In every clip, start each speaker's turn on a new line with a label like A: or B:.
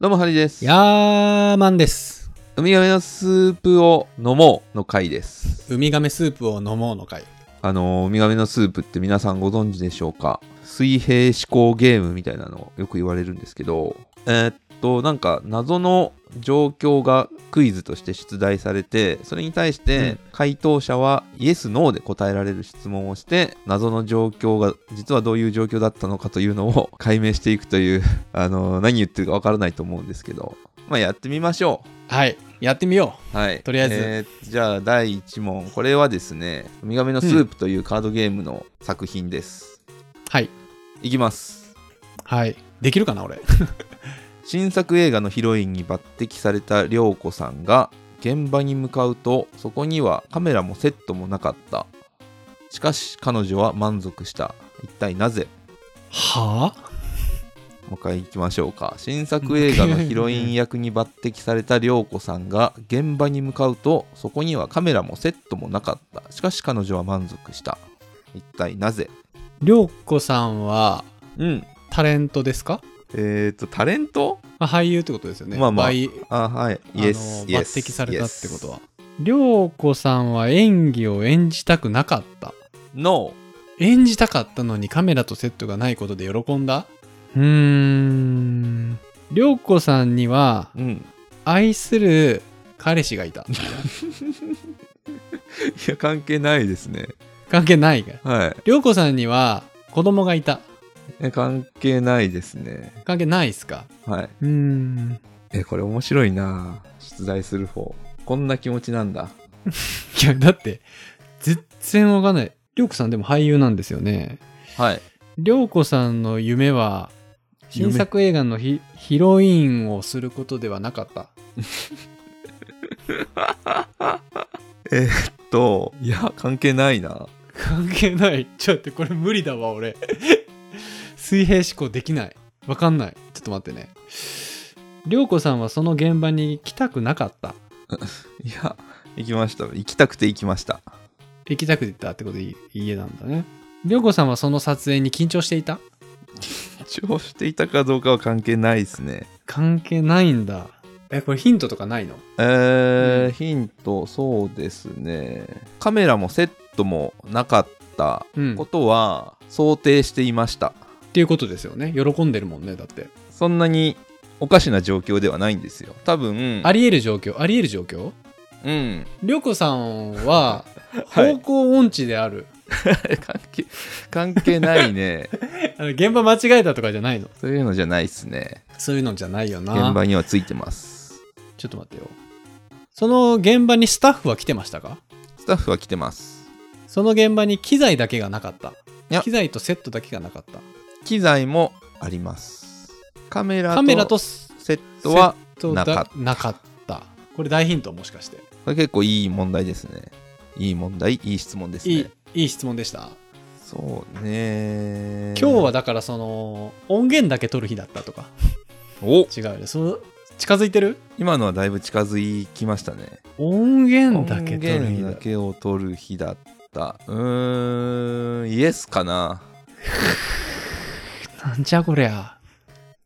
A: どうもハリです
B: ヤーマンです。
A: ウミガメのスープを飲もうの回です
B: ウミガメスープを飲もうの会。
A: あのーウミガメのスープって皆さんご存知でしょうか水平思考ゲームみたいなのよく言われるんですけどえーっとなんか謎の状況がクイズとして出題されてそれに対し
B: う
A: て
B: ん
A: 回答者はイエス・ノーで答えられる質問をして謎の状況が実はどういう状況だったのかというのを解明していくというあのー何言ってるかわからないと思うんですけどまあやってみましょう
B: はい。やってみよ
A: はい、
B: とりあえず
A: ーじゃあ第1問これはですね「ウミガメのスープ」というカードゲームの作品です、
B: う。はい。
A: いきます
B: はい。できるかな、俺。
A: 新作映画のヒロインに抜擢された涼子さんが現場に向かうとそこにはカメラもセットもなかったしかし彼女は満足した一体なぜ
B: はあ
A: もう一回行きましょうか新作映画のヒロイン役に抜擢された涼子さんが現場に向かうとそこにはカメラもセットもなかったしかし彼女は満足した一体なぜ
B: りょうこさんは
A: うん
B: タレントですか、
A: えっ、とタレント
B: まあ、俳優ってことですよね。
A: まあまあ
B: バイ
A: あはい
B: あの
A: イエス
B: 抜擢されたってことは。りょうこさんは演技を演じたくなかった。
A: NO
B: 演じたかったのにカメラとセットがないことで喜んだうーん。りょうこさんには
A: うん
B: 愛する彼氏がいた。
A: いや関係ないですね
B: 関係ないが。
A: はい
B: りょうこさんには子供がいた。
A: え関係ないですね
B: 関係ないっすか
A: はい
B: うん。
A: えこれ面白いな出題する方こんな気持ちなんだ
B: いや、だって、全然わかんない。りょうこさんでも俳優なんですよね。
A: はい
B: りょうこさんの夢は、
A: 夢
B: 新作映画のヒヒロインをすることではなかった。
A: えーっといや関係ないな
B: 関係ない。ちょっと待ってこれ無理だわ、俺。 水平思考できない。わかんない。ちょっと待ってね。りょうこさんはその現場に来たくなかった。
A: いや、行きました。行きたくて行きました。
B: 行きたくて行ったってことで家なんだね。りょうこさんはその撮影に緊張していた
A: 一応していたかどうかは関係ないですね。
B: 関係ないんだえこれヒントとかないの
A: えー
B: うん
A: ヒント、そうですね。カメラもセットもなかった
B: うん
A: こ
B: っ
A: とは想定していました。
B: ていうことですよね喜んでるもんねだって
A: そんなにおかしな状況ではないんですよ。多分、
B: ありえる状況ありえる状況
A: うん。
B: りょうこさん は
A: はい
B: 方向音痴である、
A: 関係、関係ないね。
B: あの現場間違えたとかじゃないの
A: そういうのじゃないですね。
B: そういうのじゃないよな
A: 現場にはついてます。
B: ちょっと待ってよその現場にスタッフは来てましたか
A: スタッフは来てます。
B: その現場に機材だけがなかった
A: や
B: 機材とセットだけがなかった
A: 機材もあります。カメラ
B: カメラと
A: と
B: セ
A: セットは
B: ット
A: なか
B: だ
A: っ
B: なかったこれ大ヒントもしかして
A: これ結構いい問題ですね。いい問題、いい質問ですね。
B: いいいい質問でした
A: そうね。
B: 今日はだからその音源だけ取る日だったとか
A: お
B: 違うよねその近づいてる
A: 今のはだいぶ近づきましたね。
B: 音源だけ取る
A: 音
B: 日
A: 源
B: だ
A: だけを取る日だった。うーん、イエスかな。
B: なんじゃこりゃ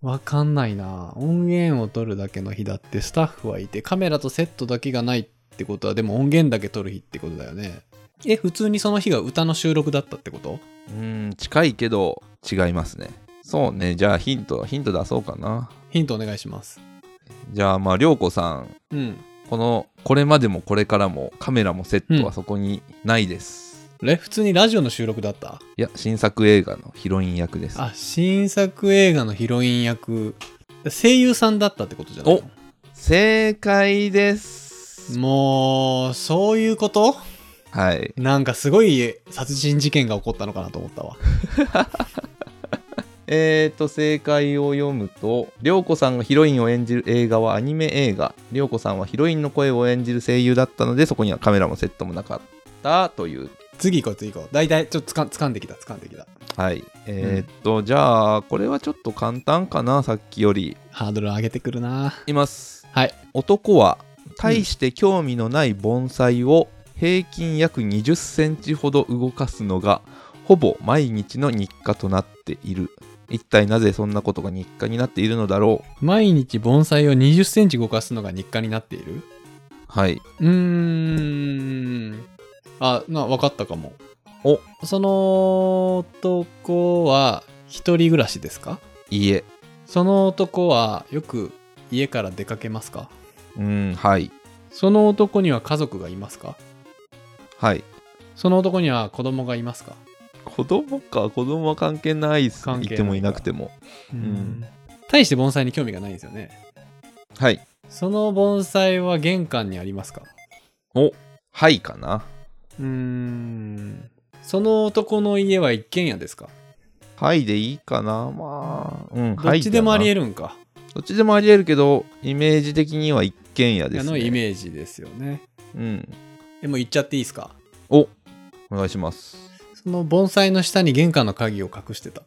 B: わかんないな音源を取るだけの日だってスタッフはいてカメラとセットだけがないってことはでも音源だけ取る日ってことだよねえ普通にその日が歌の収録だったってこと
A: うーん、近いけど違いますね。そうね、じゃあヒント、ヒント出そうかな。
B: ヒントお願いします
A: じゃあまあ、りょうこさん、
B: うん
A: この、これまでもこれからもカメラもセット
B: う
A: は
B: ん
A: そこにないです。
B: え普通にラジオの収録だった
A: いや、新作映画のヒロイン役です。
B: あ新作映画のヒロイン役声優さんだったってことじゃないの
A: 正解です。
B: もうそういうこと
A: はい。
B: なんかすごい殺人事件が起こったのかなと思ったわ
A: えーと、正解を読むと、りょうこさんがヒロインを演じる映画はアニメ映画、りょうこさんはヒロインの声を演じる声優だったので、そこにはカメラもセットもなかったという。
B: 次行こう次行こう大体ちょっとつかん掴んできた掴んできた
A: はい。えーと、じゃあ、これはちょっと簡単かな、さっきより。
B: ハードル上げてくるない
A: ます。
B: はい
A: 男は、大して興味のない盆栽を平均約20センチほど動かすのが、ほぼ毎日の日課となっている。一体なぜそんなことが日課になっているのだろう
B: 毎日盆栽を20センチ動かすのが日課になっている
A: はいう
B: ーん。あ、な、わかったかも。
A: お
B: その男は一人暮らしですか
A: いいえ
B: その男はよく家から出かけますか
A: うんはい
B: その男には家族がいますか
A: はい
B: その男には子供がいますか
A: 子供か子供は関係ないっす
B: 関
A: い
B: 係ないか
A: てもいなくても。
B: うん大して盆栽に興味がないんですよね。
A: はい
B: その盆栽は玄関にありますか
A: おはいかな
B: うーん。その男の家は一軒家ですか
A: はいでいいかなまあうん
B: どっちでもあり
A: え
B: え
A: る
B: るんか。
A: どっちでもありえるけどイメージ的には一軒家です、ね、
B: のイメージですよね。
A: うん
B: え、もう言っちゃっていいですか
A: おお願いします
B: その盆栽の下に玄関の鍵を隠してた。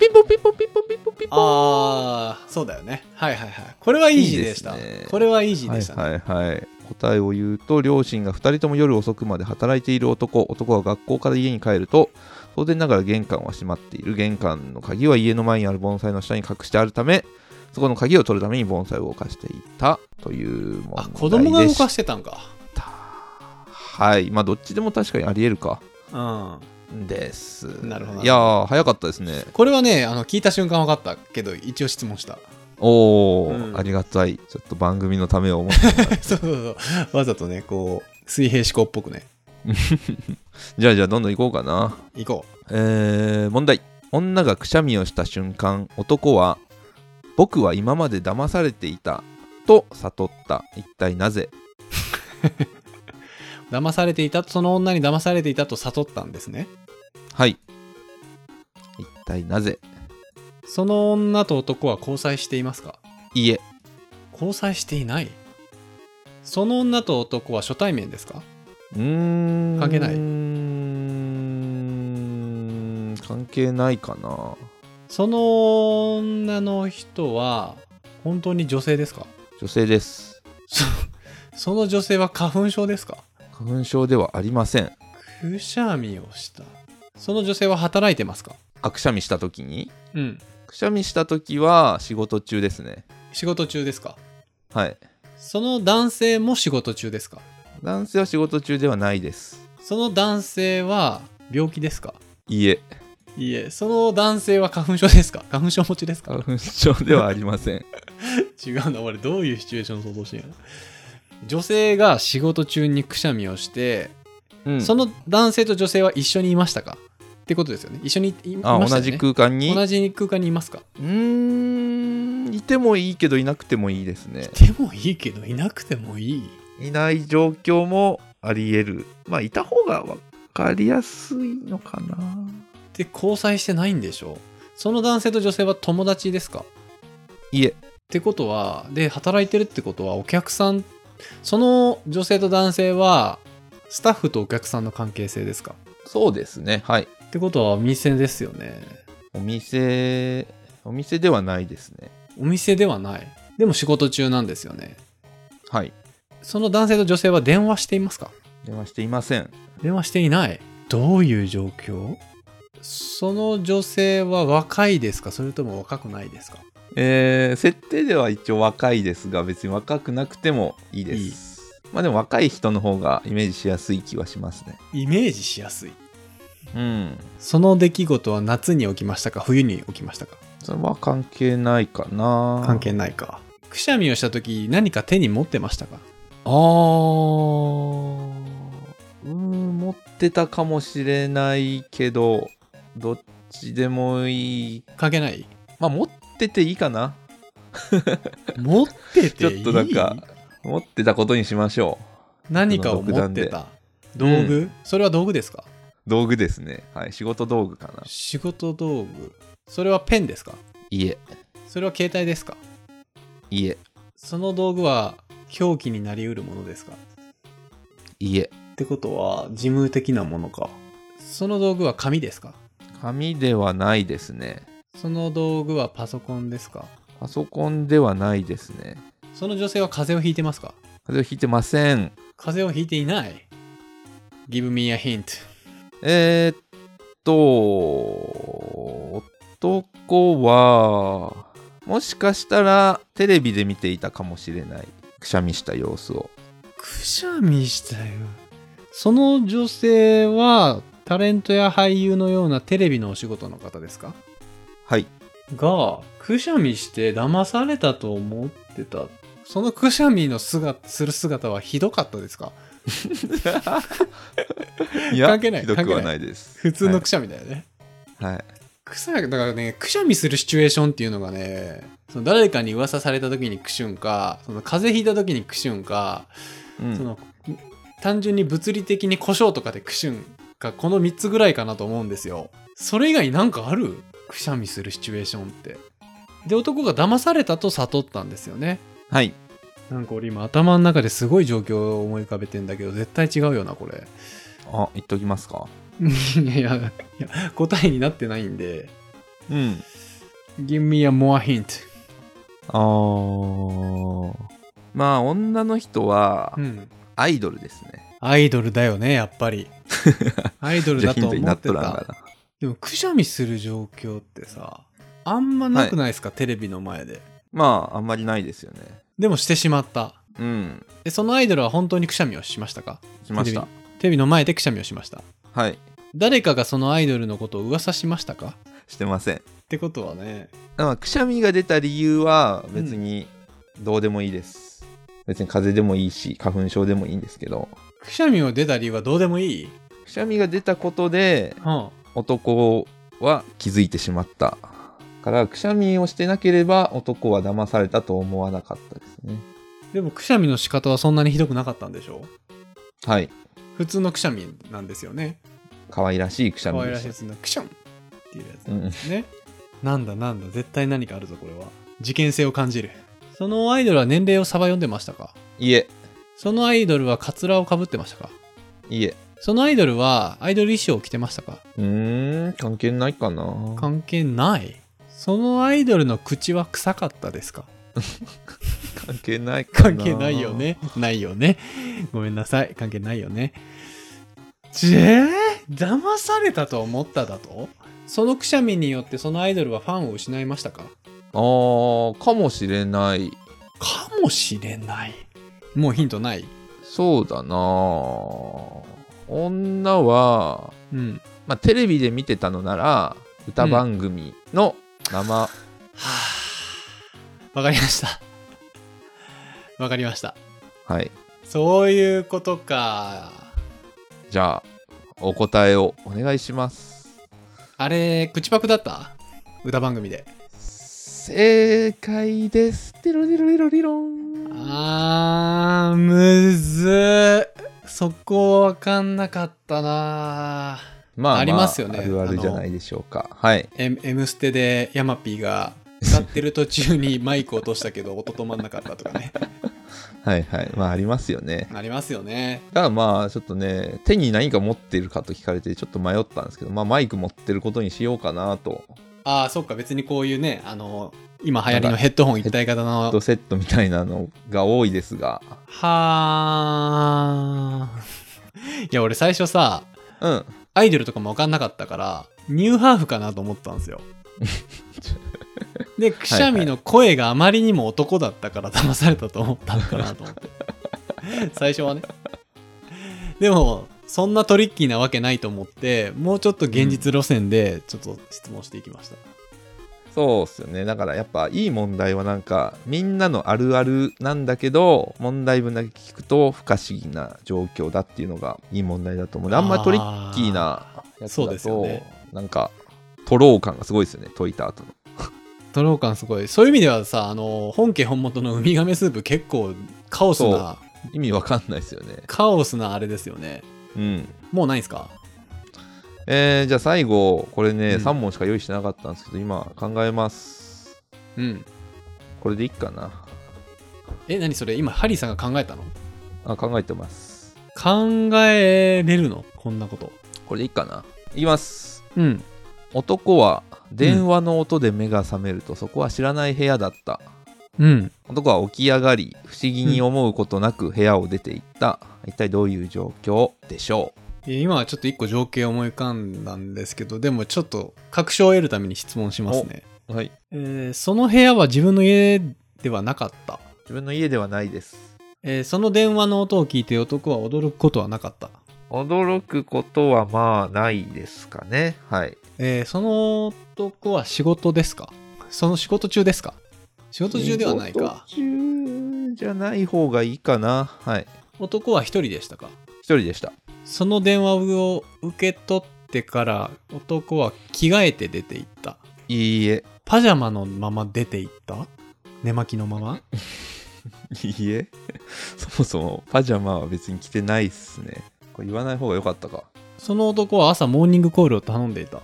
A: ピンポンピンポンピンポンピンポンピンポン
B: ああ、そうだよね。はいはいはい。これはイージーでした。
A: いいですね
B: これはイージーでしたね。
A: はいはいはい答えを言うと両親が2人とも夜遅くまで働いている男男は学校から家に帰ると当然ながら玄関は閉まっている玄関の鍵は家の前にある盆栽の下に隠してあるためそこの鍵を取るために盆栽を動かしていたという問題で
B: あ、子供が動か
A: し
B: してたんか。
A: たはいまあどっちでも確かにありえるか
B: うん。
A: です
B: なるほど
A: いやー早かったですね
B: これはね、あの聞いた瞬間分かったけど、一応質問した。
A: おお、
B: うん
A: ありがたいちょっと番組のためを思って
B: そうそうそう。わざとね、こう、水平思考っぽくね。
A: じゃあじゃあどんどん行こうかな
B: 行こ
A: えー問題女がくしゃみをした瞬間男は「僕は今まで騙されていた」と悟った一体なぜ
B: う。騙されていた、その女に騙されていたと悟ったんですね。
A: はい一体なぜ
B: その女と男は交際していますか
A: いいえ
B: 交際していないその女と男は初対面ですか
A: うーん
B: 関係ないう
A: ーん関係ないかな
B: その女の人は本当に女性ですか
A: 女性です
B: そその女性は花粉症ですか
A: 花粉症ではありません
B: くしゃみをしたその女性は働いてますか
A: あくしゃみした時に
B: うん
A: くしゃみした時は仕事中ですね
B: 仕事中ですか
A: はい
B: その男性も仕事中ですか
A: 男性は仕事中ではないです
B: その男性は病気ですか
A: いいえ
B: いいえその男性は花粉症ですか花粉症持ちですか
A: 花粉症ではありません
B: 違うな俺どういうシチュエーション想像してんや女性が仕事中にくしゃみをして、
A: うん
B: その男性と女性は一緒にいましたかってことですよね一緒にいいま
A: あ
B: した
A: 同
B: よね
A: じ空間に
B: 同じ空間にいますか
A: うーんいてもいいけどいなくてもいいですね
B: でもいいけどいなくてもいい
A: いない状況もありえるまあいた方が分かりやすいのかな
B: で交際してないんでしょその男性と女性は友達ですかっ
A: いえ
B: てことはで働いてるってことはお客さんその女性と男性はスタッフとお客さんの関係性ですか
A: そうですねはい
B: ってことはお店ですよね
A: お店お店ではないですね
B: お店ではないでも仕事中なんですよね
A: はい
B: その男性と女性は電話していますか
A: 電話していません
B: 電話していないどういう状況その女性は若いですかそれとも若くないですか
A: えー、設定では一応若いですが別に若くなくてもいいですまあでも若い人の方がイメージしやすい気はしますね
B: イメージしやすい
A: うん
B: その出来事は夏に起きましたか冬に起きましたか
A: それは関係ないかな
B: 関係ないかくしゃみをした時何か手に持ってましたかあー
A: うーん持ってたかもしれないけどどっちでもいい
B: 関係ない
A: まあ持ってていいかな
B: 持ってていい
A: ちょっとなんか持ってたことにしましょ
B: 何かを持ってた道具、
A: う
B: それは道具ですか
A: う道具ですねはい仕事道具かな
B: 仕事道具それはペンですか
A: 家
B: それは携帯ですか
A: 家
B: その道具は凶器になりうるものですか
A: 家
B: ってことは事務的なものかその道具は紙ですか
A: 紙ではないですね
B: その道具はパソコンですか
A: パソコンではないですね
B: その女性は風邪をひいてますか
A: 風邪をひいてません
B: 風邪をひいていない Give me a hint
A: えー、っと男は、もしかしたらテレビで見ていたかもしれない。くしゃみした様子を。
B: くしゃみしたよ。その女性は、タレントや俳優のようなテレビのお仕事の方ですか
A: はい。
B: が、くしゃみして騙されたと思ってた。そのくしゃみの姿、する姿はひどかったですか
A: いや
B: 関係ない
A: ひどくは
B: 関係な
A: ないです。
B: 普通のくしゃみだよね。
A: はい。はい。
B: くしゃだからね、くしゃみするシチュエーションっていうのがね、その誰かに噂された時にくしゅんか、その風邪ひいた時にくしゅんか、
A: うん
B: その単純に物理的に故障とかでクシュンがこの3つぐらいかなと思うんですよそれ以外になんかあるくしゃみするシチュエーションってで男が騙されたと悟ったんですよね
A: はい。
B: なんか俺今頭の中ですごい状況を思い浮かべてんだけど絶対違うよなこれ
A: あ、言っときますか。
B: いやいやいや答えになってないんで
A: うん。
B: Give me a more hint
A: あー。まあ、女の人は
B: う、ん
A: アイドルですね。
B: アイドルだよねやっ ぱりアイドル
A: じゃ
B: だ
A: あヒ
B: と
A: ントに
B: 思
A: な
B: っ
A: ってとらん
B: た
A: かな。
B: でもくしゃみする状況ってさあんまなくないですか、テレビの前で
A: まあ、あんまりないですよね。
B: でもしてしまった
A: うん。
B: でそのアイドルは本当にくしゃみをしましたか
A: しました
B: テ。レビテレビの前でくしゃみをしました
A: はい。
B: 誰かがそのアイドルのことを噂しましたか
A: してません。
B: ってことはね
A: まあ、くしゃみが出た理由は別にどうでもいいです、別に風邪でもいいし花粉症でもいいんですけど
B: くしゃみを出た理由はどうでもいい、
A: くしゃみが出たことで
B: うん、
A: 男は気づいてしまったからくしゃみをしてなければ男は騙されたと思わなかったですね
B: でもくしゃみの仕方はそんなにひどくなかったんでしょ
A: はい
B: 普通のくしゃみなんですよね
A: 可愛らしいくしゃ
B: 可
A: み
B: 愛
A: で
B: らしい
A: し
B: やつのくしゃんっていうやつ
A: た、うん、
B: ね。なんだなんだ、絶対何かあるぞ、これは。事件性を感じる。そのアイドルは年齢をさば読んでましたか
A: いえ
B: そのアイドルはカツラをかぶってましたか
A: いえ
B: そのアイドルはアイドル衣装を着てましたか
A: うーん関係ないかな
B: 関係ない。そのアイドルの口は臭かったですか
A: 関係ないかな
B: 関係ないよね。ないよね。ごめんなさい。関係ないよね。ちえー、騙されたと思っただとそのくしゃみによってそのアイドルはファンを失いましたか
A: あーかもしれない
B: かもしれない。もうヒントない
A: そうだなあ女は、
B: うん。
A: まあ、テレビで見てたのなら歌番組の生、
B: わかりました。 わかりました。
A: はい
B: そういうことか。
A: じゃあお答えをお願いします
B: あれ、口パクだった歌番組で。
A: 正解ですテロリロリロリロン
B: あー、むずー。そこわかんなかったな
A: ま
B: ありますよね
A: あるあるじゃないでしょうかはい
B: エム M ステでヤマピーが歌ってる途中に マイク落としたけど音止まんなかったとかね。
A: はいはいまあありますよね
B: ありますよね。
A: ただまあちょっとね手に何か持ってるかと聞かれてちょっと迷ったんですけどまあマイク持ってることにしようかなと
B: あー、そっか、別にこういうね、あの、今流行りのヘッドホン一体型の
A: ドセットみたいなのが多いですが
B: はー。いや、俺最初さ、
A: うん
B: アイドルとかも分かんなかったから、ニューハーフかなと思ったんですよ。で、くしゃみの声があまりにも男だったから騙されたと思ったのかなと思って。最初はね。でも、そんなトリッキーなわけないと思って、もうちょっと現実路線で、ちょっと質問していきました。
A: そうっすよね。だからやっぱいい問題はなんかみんなのあるあるなんだけど問題文だけ聞くと不可思議な状況だっていうのがいい問題だと思うので。あんまトリッキーなやつ
B: そう
A: だ
B: ですよ
A: と、
B: ね
A: なんかトロー感がすごいですよね解いた後の。
B: トロー感すごい。そういう意味ではさ、あの、本家本元のウミガメスープ結構カオスな、
A: 意味わかんないですよね。
B: カオスなあれですよね。
A: うん。
B: もうないんすか
A: えー、じゃあ最後これね、
B: うん
A: 3問しか用意してなかったんですけど今考えます。
B: うん。
A: これでいいかな。
B: え、何それ今、ハリーさんが考えたの
A: あ考えてます。
B: 考えれるのこんなこと。
A: これでいいかな。いきます。
B: うん。
A: 男は電話の音で目が覚めると、そこは知らない部屋だった
B: うん。
A: 男は起き上がり不思議に思うことなく部屋を出て行った、一体どういう状況でしょう
B: えー今はちょっと一個情景思い浮かんだんですけど、でもちょっと確証を得るために質問しますね。
A: はい
B: えーその部屋は自分の家ではなかった。
A: 自分の家ではないです
B: えーその電話の音を聞いて男は驚くことはなかった。
A: 驚くことはまあないですかねはい
B: えーその男は仕事ですかその仕事中ですか仕事中ではないか。
A: 仕事中じゃない方がいいかなはい
B: 男は一人でしたか
A: 一人でした
B: その電話を受け取ってから男は着替えて出て行った。
A: いいえ
B: パジャマのまま出て行った寝巻きのまま
A: いいえ そもそもパジャマは別に着てないっすねこれ言わない方が良かったか
B: その男は朝モーニングコールを頼んでいた。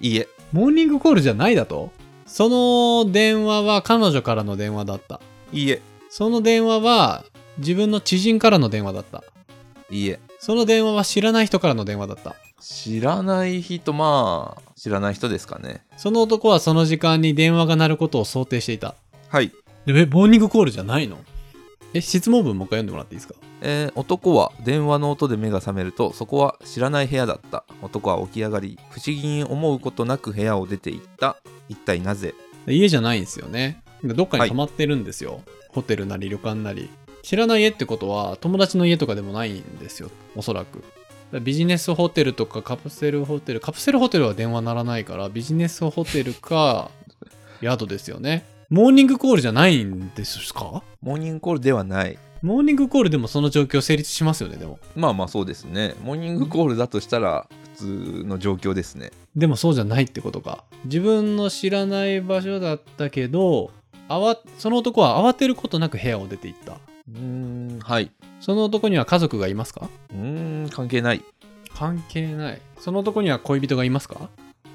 A: いいえ
B: モーニングコールじゃないだとその電話は彼女からの電話だった。
A: いいえ
B: その電話は自分の知人からの電話だった。
A: いいえ
B: その電話は知らない人からの電話だった。
A: 知らない人まあ知らない人ですかね
B: その男はその時間に電話が鳴ることを想定していた。
A: はい
B: でえ、モーニングコールじゃないのえ、質問文もう一回読んでもらっていいですか
A: えー男は電話の音で目が覚めるとそこは知らない部屋だった男は起き上がり不思議に思うことなく部屋を出て行った一体なぜ
B: 家じゃないんですよね。どっか
A: は
B: に
A: い
B: 泊まってるんですよ。ホテルなり旅館なり。知らない家ってことは友達の家とかでもないんですよ。おそらく。だからビジネスホテルとかカプセルホテル。カプセルホテルは電話ならないから、ビジネスホテルか 宿ですよね。モーニングコールじゃないんですか
A: モーニングコールではない
B: モーニングコールでもその状況成立しますよね、でも。
A: まあまあそうですねモーニングコールだとしたら普通の状況ですね
B: でもそうじゃないってことか。自分の知らない場所だったけど、あわその男は慌てることなく部屋を出て行った。
A: うーんはいう
B: その男には家族がいますか
A: ーん関係ない
B: 関係ない。その男には恋人がいますか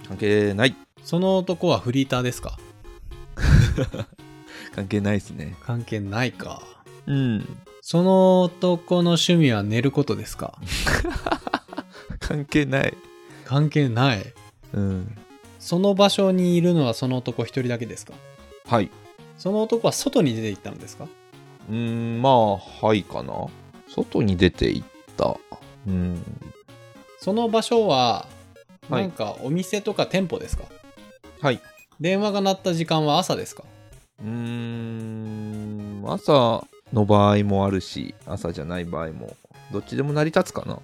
A: 関係ない
B: その男はフリーターですか
A: 関係ないですね
B: 関係ないか。
A: うん
B: その男の趣味は寝ることですか
A: 関係ない
B: 関係ない。
A: うん
B: その場所にいるのはその男一人だけですか
A: はい
B: その男は外に出て行ったんですか
A: うーんまあはいかな外に出て行ったうん
B: その場所は、
A: はい
B: なんかお店とか店舗ですか
A: はい
B: 電話が鳴った時間は朝ですか
A: うーん朝の場合もあるし朝じゃない場合もどっちでも成り立つかな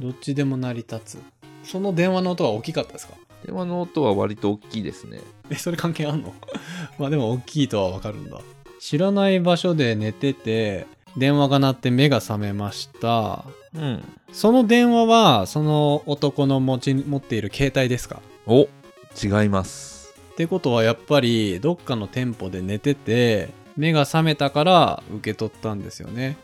B: どっちでも成り立つ。その電話の音は大きかったですか
A: 電話の音は割と大きいですね
B: え、それ関係あんのまあでも大きいとはわかるんだ。知らない場所で寝てて、電話が鳴って目が覚めました。
A: うん
B: その電話は、その男の持ち、持っている携帯ですか
A: お違います
B: ってことはやっぱり、どっかの店舗で寝てて、目が覚めたから受け取ったんですよね。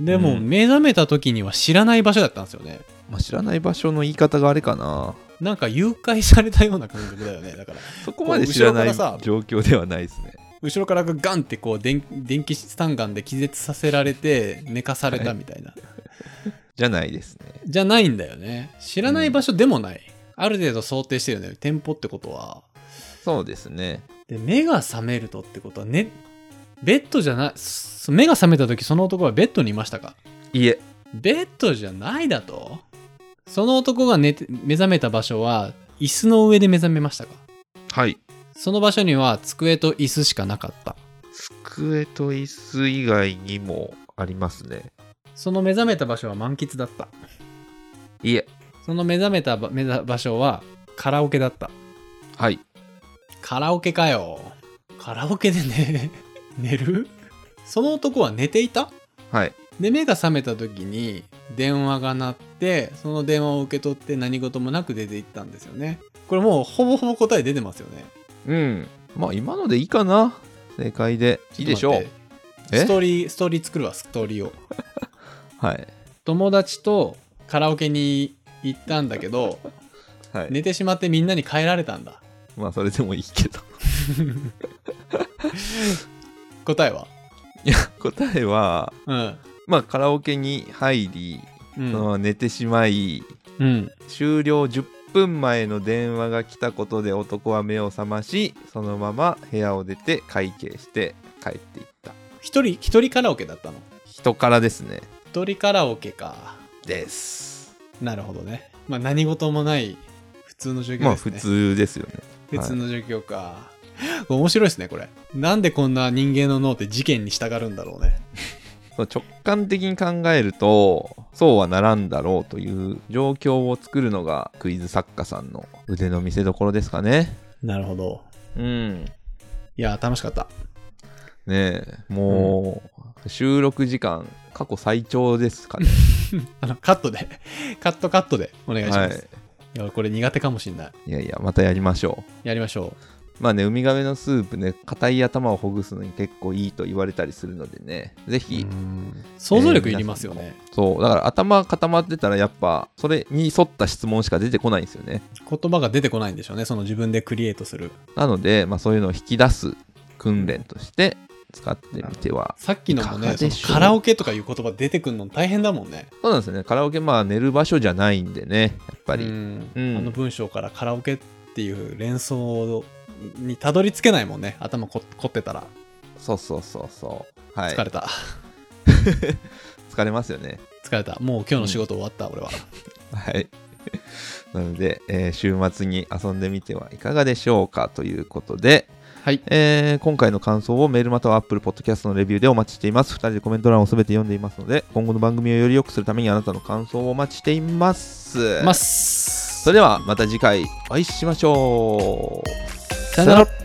B: で
A: う
B: も、
A: ん
B: 目覚めた時には知らない場所だったんですよね。
A: まあ、知らない場所の言い方があれかな
B: なんか誘拐されたような感覚だよね。だから、
A: そこまで知らない
B: こう後ろからさ
A: 状況ではないですね
B: 後ろからガンってこう電電気スタンガンで気絶させられて寝かされたみたいな、
A: じゃないですね
B: じゃないんだよね知らない場所でもない、ある程度想定してるよね店舗ってことは
A: そうですね
B: で目が覚めるとってことはねベッドじゃないす目が覚めた時その男はベッドにいましたか
A: いえ
B: ベッドじゃないだとその男が寝て目覚めた場所は椅子の上で目覚めましたか
A: はい
B: その場所には机と椅子しかなかった
A: 机と椅子以外にもありますね
B: その目覚めた場所は満喫だった
A: いえ
B: その目覚めたば目ざ場所はカラオケだった。
A: はい
B: カラオケかよ。カラオケでね、 寝るその男は寝ていた
A: はい
B: で、目が覚めた時に電話が鳴って、その電話を受け取って何事もなく出て行ったんですよね。これもうほぼほぼ答え出てますよね。
A: うんまあ今のでいいかな正解でいいでしょ
B: ち
A: う
B: っと待ってストーリー、ストーリー作るわ、ストーリーを。
A: はい
B: 友達とカラオケに行ったんだけど、
A: はい、
B: 寝てしまってみんなに帰られたんだ。
A: まあそれでもいいけど
B: 答えはい
A: や答えは
B: うん。
A: まあカラオケに入り、
B: うん
A: そのまま寝てしまい
B: うん。
A: 終了10分前の電話が来たことで男は目を覚ましそのまま部屋を出て会計して帰っていった
B: 一人、一人カラオケだったの
A: 人からですね
B: 一人カラオケか。
A: です
B: なるほどね。まあ何事もない普通の状況
A: まあ
B: ですね。
A: 普通ですよね。
B: 普通の状況か。面白いですね、これ。なんでこんな人間の脳って事件に従うんだろうね。
A: その直感的に考えるとそうはならんだろうという状況を作るのがクイズ作家さんの腕の見せ所ですかね。
B: なるほど。
A: うん。ね
B: いやー、楽しかった。
A: え、もう収録時間過去最長ですかね。
B: あの、カットで、 カットカットでお願いし
A: は
B: ま
A: い
B: す。。い、や、これ苦手かもしんない。
A: いやいや、またやりましょう。
B: やりましょ
A: まあね、ウミガメのスープね、硬い頭をほぐすのに結構いいと言われたりするのでね、ぜ
B: う。
A: ひ、
B: うん想像力いりますよね。
A: そう、だから頭固まってたらやっぱ、それに沿った質問しか出てこないんですよね。
B: 言葉が出てこないんでしょうね。その自分でクリエイトする。
A: なので、まあそういうのを引き出す訓練として使ってみては。
B: さっきのも
A: いか
B: ね
A: が、でしょう
B: そのカラオケとかいう言葉出てくるの大変だもんね。
A: そうなんですよね、カラオケまあ寝る場所じゃないんでね、やっぱり。
B: うん
A: うん
B: あの文章からカラオケっていう連想にたどり着けないもんね。頭こ凝ってたら。
A: そうそうそうそう。はい。
B: 疲れた。
A: 疲れますよね。
B: 疲れた。もう今日の仕事終わった、俺は。
A: はい。 なので、えー週末に遊んでみてはいかがでしょうかということで、
B: はい。
A: えー今回の感想をメールまたは Apple Podcast のレビューでお待ちしています。2人でコメント欄を全て読んでいますので、今後の番組をより良くするためにあなたの感想をお待ちしています。
B: ます。
A: それではまた次回お会いしましょう。
B: さよなら。